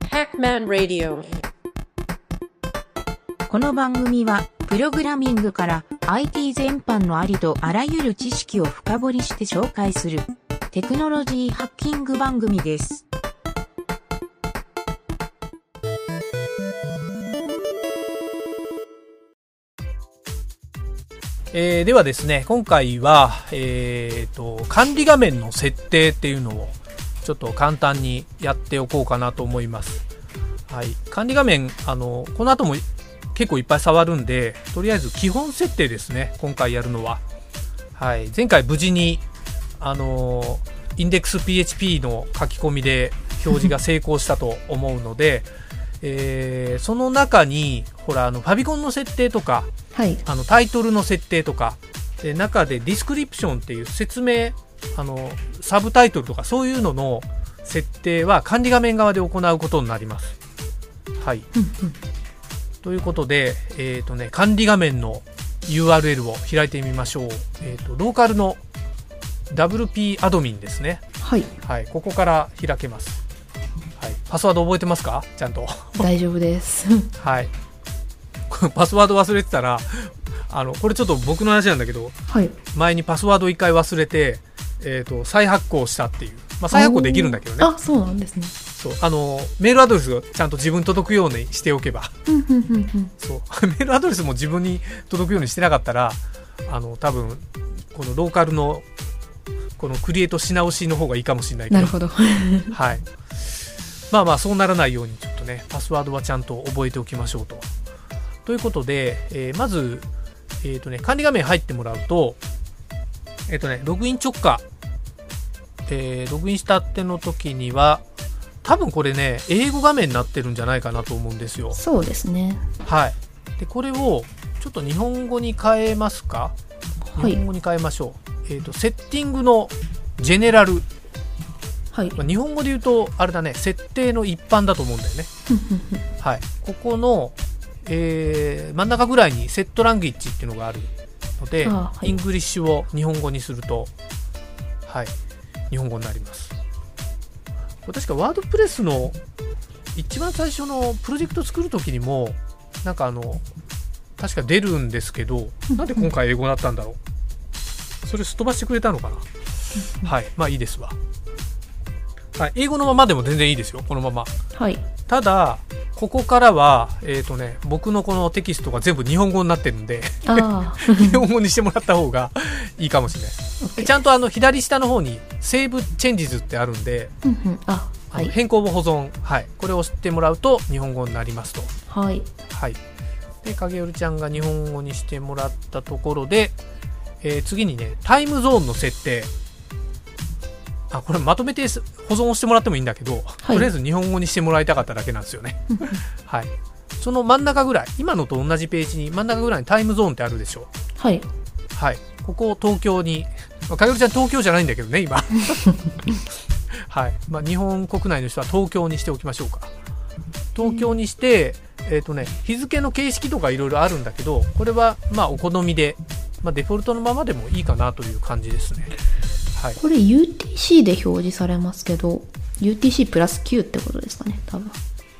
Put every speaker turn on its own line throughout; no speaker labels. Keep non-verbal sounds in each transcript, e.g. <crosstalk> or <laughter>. Pac-Man Radio.
この番組は、プログラミングから IT 全般のありとあらゆる知識を深掘りして紹介する、テクノロジーハッキング番組です。
えーではですね、今回は、えーと、管理画面の設定っていうのを、ちょっと簡単にやっておこうかなと思います。はい。管理画面、あの、この後も結構いっぱい触るんで、とりあえず基本設定ですね、今回やるのは。はい。前回無事に、あの、インデックス PHP の書き込みで表示が成功したと思うので、えーその中に、ほら、あの、ファビコンの設定とか、
はい。
あのタイトルの設定とかで中でディスクリプションっていう説明あのサブタイトルとかそういうのの設定は管理画面側で行うことになります。はい、ということで、えーとね、管理画面の URL を開いてみましょう、えーと。ローカルの WP アドミンですね。
はい。
はい、ここから開けます。はい、パスワード覚えてますかちゃんと。
大丈夫です。
はい。これパスワード忘れてたら、あの、これちょっと僕の話なんだけど、
はい。
前にパスワード一回忘れて、えっ、と、再発行したっていう。まあ、再発行できるんだけどね。
あ、そうなんですね。
そう。あの、メールアドレスがちゃんと自分に届くようにしておけば。
うんうんうんうん。
そう。 <laughs> メールアドレスも自分に届くようにしてなかったら、あの、多分、このローカルの、このクリエイトし直しの方がいいかもしれないけ
な
ど
る。ほど。
はい。まあまあ、そうならないように、ちょっとね、パスワードはちゃんと覚えておきましょうと。ということで、えーまず、えっ、とね、管理画面入ってもらうと、えっ、とね、ログイン直下、えーログインしたっての時には、多分これね、英語画面になってるんじゃないかなと思うんですよ。
そうですね。
はい。で、これを、ちょっと日本語に変えますか
は
日本
い。
語に変えましょう。えっ、と、セッティングのジェネラル
はい。
まあ日本語で言うとあれだね設定の一般だと思うんだよね
うんうんうん
はいここの、えー真ん中ぐらいにセットランギッジっていうのがあるので、
あはい
イングリッシュを日本語にするとはい日本語になりますこれ確かワードプレスの一番最初のプロジェクト作る時にもなんかあの確か出るんですけどなんで今回英語だったんだろうそれすっ飛ばしてくれたのかなはいまあいいですわ、はい、英語のままでも全然いいですよこのまま
はい。
ただここからは、えーとね、僕のこのテキストが全部日本語になってるん
<laughs>
で
ああ。
日本語にしてもらった方がいいかもしれない
オッケ
で
ー
ちゃんとあの左下の方に「セーブチェンジズ」ってあるんで、
うんうん。あ、
あ
は
の
い。
変更を保存、はい、これを押してもらうと日本語になりますと。
はい。
はい、で影織ちゃんが日本語にしてもらったところで、えー次にねタイムゾーンの設定あこれまとめてす保存をしてもらってもいいんだけど、
はい
とりあえず日本語にしてもらいたかっただけなんですよね。はい、その真ん中ぐらい今のと同じページに真ん中ぐらいにタイムゾーンってあるでしょ
はい。
はい、ここを東京に、まあ、かよりちゃん東京じゃないんだけどね、今。
<laughs>
はい、まあ、日本国内の人は東京にしておきましょうか。東京にして、えっ、とね、日付の形式とかいろいろあるんだけど、これはまあお好みで、まあ、デフォルトのままでもいいかなという感じですね。はい、
これ UTC で表示されますけど、UTC プラス Q ってことですかね、多分。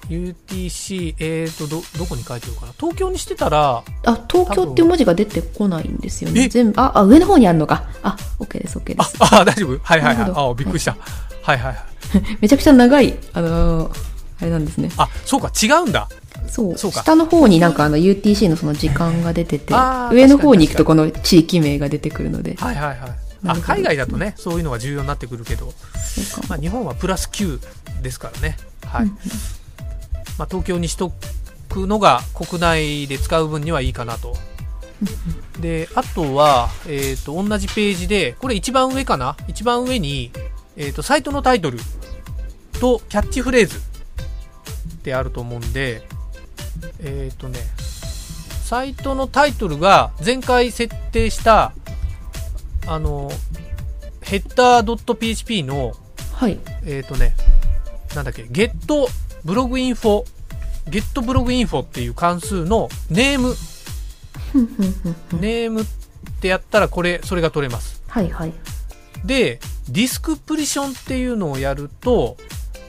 UTC、えっ、とど、どこに書いてるかな。東京にしてたら、
あ、東京っていう文字が出てこないんですよ
え
ね。全部、あ、あ、上の方にあるのか。あ、OK です、OK で
あ
す。、
あ大丈夫はいはいは
ないる。ほど
あ、びっくりした。はいはいはい。
<laughs> めちゃくちゃ長い、あのーあれなんですね。
あ、そうか、違うんだ。
そう
そうか
下の方になんかあの UTC のその時間が出てて
あー
上の方に行くとこの地域名が出てくるので
はいはいはい。
な
あ
るほど
海外だとね、そういうのが重要になってくるけど、
そうか
まあ、日本はプラス9ですからね、はいまあ、東京にしとくのが国内で使う分にはいいかなと。であとは、えー、と同じページでこれ一番上かな一番上に、えー、とサイトのタイトルとキャッチフレーズってあると思うんでえっ、とねサイトのタイトルが前回設定したあのヘッダー .php の
はい
えっ、ー、とね、なんだっけ、ゲットブログインフォ、ゲットブログインフォっていう関数のネーム、
ふんふんふんふん
ネームってやったらこれ、それが取れます。
はいはい
で、ディスクプリションっていうのをやると、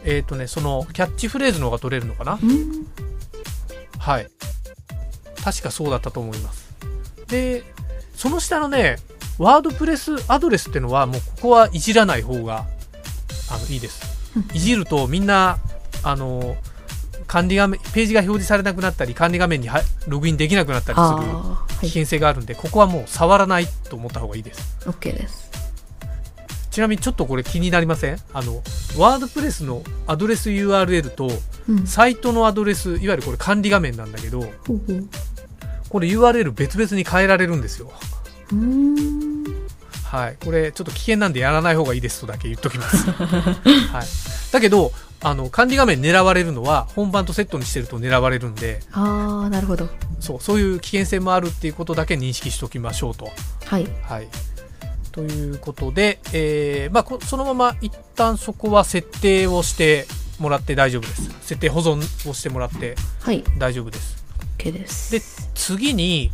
えっ、とね、そのキャッチフレーズの方が取れるのかな
うん
はい。確かそうだったと思います。で、その下のね、ワードプレスアドレスってのは、もうここはいじらない方があのいい
<laughs>
です。いじるとみんな、あの、管理画面、ページが表示されなくなったり、管理画面にはログインできなくなったり
あ
する
あは
危
い
険性があるんで、ここはもう触らないと思った方がいいです。
OK です
ちなみにちょっとこれ気になりませんあの、ワードプレスのアドレス URL と、
うん
サイトのアドレス、いわゆるこれ管理画面なんだけど、
ほうほう
これ URL 別々に変えられるんですよ。
うーん
はい。これちょっと危険なんでやらない方がいいですとだけ言っときます。はい。だけど、あの、管理画面狙われるのは本番とセットにしてると狙われるんで、
ああなるほど
そう、そういう危険性もあるっていうことだけ認識しておきましょうと。
はい
はい。ということで、えーまあこ、そのまま一旦そこは設定をしてもらって大丈夫です。設定保存をしてもらって
はい
大丈夫です。
OK です
で次に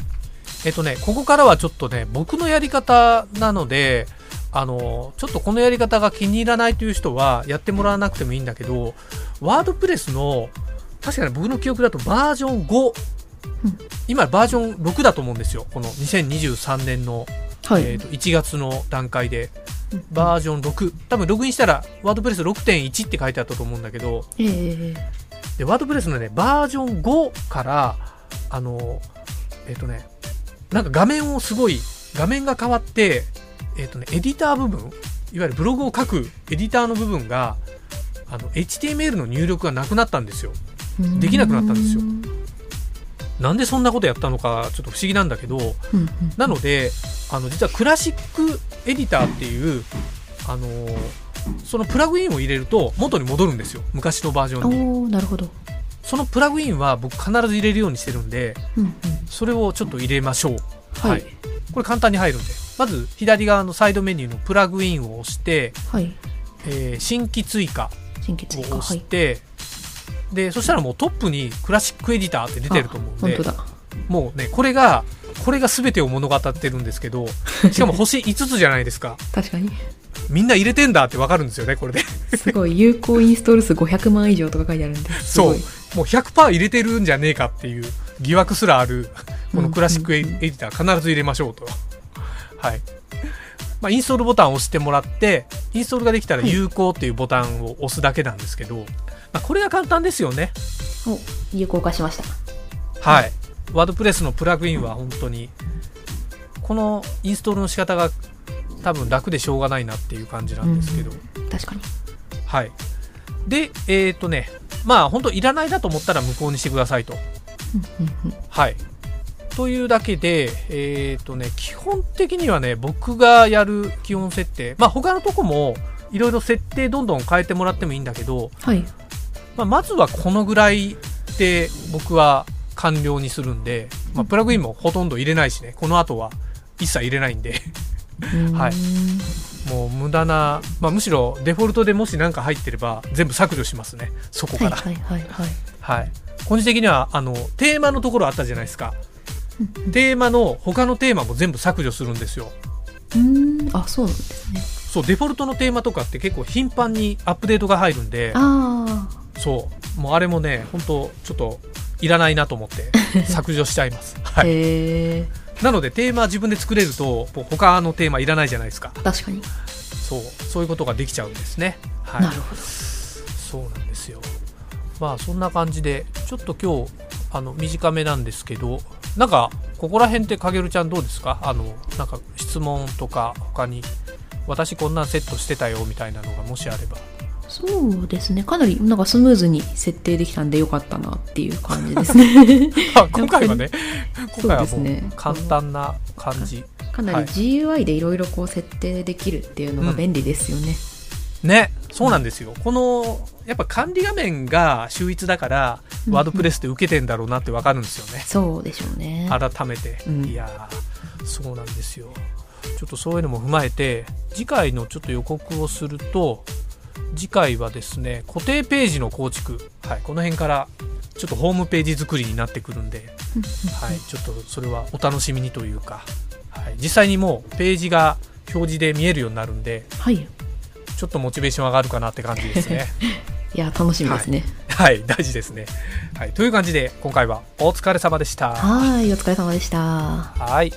えっとねここからはちょっとね僕のやり方なのであのちょっとこのやり方が気に入らないという人はやってもらわなくてもいいんだけどワードプレスの確かね僕の記憶だとバージョン5、
うん
今バージョン6だと思うんですよこの2023年の、
はい、
えっと1月の段階で
うん
バージョン6多分ログインしたらワードプレス6.1って書いてあったと思うんだけど、
ええ
で、ワードプレスのね、バージョン5から、あの、えっ、とね、なんか画面をすごい、画面が変わって、えっ、とね、エディター部分、いわゆるブログを書くエディターの部分が、あの、HTML の入力がなくなったんですよ。
うん
できなくなったんですよなんでそんなことやったのか、ちょっと不思議なんだけど、
うんうん
なので、あの、実はクラシックエディターっていう、あの、そのプラグインを入れると元に戻るんですよ。昔のバージョンに。
おおなるほど
そのプラグインは僕必ず入れるようにしてるんで、
うんうん
それをちょっと入れましょう。
はい
はいこれ簡単に入るんで。まず左側のサイドメニューのプラグインを押して、
はい
えー新規追加
新規
を
追加
押
は
し
い
て、で、そしたらもうトップにクラシックエディターって出てると思うん
あ本
で
当、だ
もうね、これが、これが全てを物語ってるんですけど、しかも星5つじゃないですか。
確かに
みんな入れてんだってわかるんですよね、これで。
すごい有効インストール数500万以上とか書いてあるんで
<laughs>
す
そ
ご
う
い。
もう100%入れてるんじゃねえかっていう疑惑すらある、このクラシックエディター必ず入れましょうと。 <laughs> はい。まあ、インストールボタンを押してもらって、インストールができたら
はい
有効っていうボタンを押すだけなんですけど、まあ、これが簡単ですよね。
お有効化しました
はい。ワードプレスのプラグインは本当に、このインストールの仕方が多分楽でしょうがないなっていう感じなんですけど、
確かに
はい。で、えっ、とね、まあ本当いらないなと思ったら無効にしてくださいと。
うんうん
はい。というだけで、えっ、とね、基本的にはね、僕がやる基本設定、まあ他のとこもいろいろ設定どんどん変えてもらってもいいんだけど、
はい
まあ、まずはこのぐらいで僕は完了にするんで、まあ、プラグインもほとんど入れないしね、この後は一切入れないんで、 <laughs> はいもう無駄な、まあ、むしろデフォルトでもし何か入ってれば全部削除しますね、そこ
は
か
い
ら。
はいはいはい
はい。個人的には、あの、テーマのところあったじゃないですか。テーマの、他のテーマも全部削除するんですよ。
うーんあそうなんですね
そう、デフォルトのテーマとかって結構頻繁にアップデートが入るんで、
あ
そう、もうあれもね、本当ちょっと、いらないなと思
<laughs>
って、削除しちゃいます。
あ、
はい。
へえ
なので、テーマ自分で作れると、もう他のテーマいらないじゃないですか。
確かに、
そう、そういうことができちゃうんですね。はい。
なるほど
そうなんですよまあそんな感じでちょっと今日あの短めなんですけどなんかここら辺ってかげるちゃんどうですかあのなんか質問とか他に私こんなんセットしてたよみたいなのがもしあれ
<laughs>
ば
そうですねかなりなんかスムーズに設定できたんでよかったなっていう感じですね <laughs>
あ今回はね今回は
そ
も
うです
う
ね
簡単な感じ
かな
は
り
い
GUI でいろいろこう設定できるっていうのが便利ですよね、
ねそうなんですよこのやっぱ管理画面が秀逸だから
うん
ワードプレスって受けてんだろうなってわかるんですよね
そうでしょうね
改めて、
うん
いやーそうなんですよちょっとそういうのも踏まえて次回のちょっと予告をすると次回はですね固定ページの構築、はい、この辺からちょっとホームページ作りになってくるんで、
<laughs>
はい、ちょっとそれはお楽しみにというか、はい、実際にもうページが表示で見えるようになるんで
はい <laughs>
ちょっとモチベーション上がるかなって感じですね
えいや、楽しみですね。
はい、大事ですね。はい、という感じで今回はお疲れ様でした。
はい、お疲れ様でした。
はい。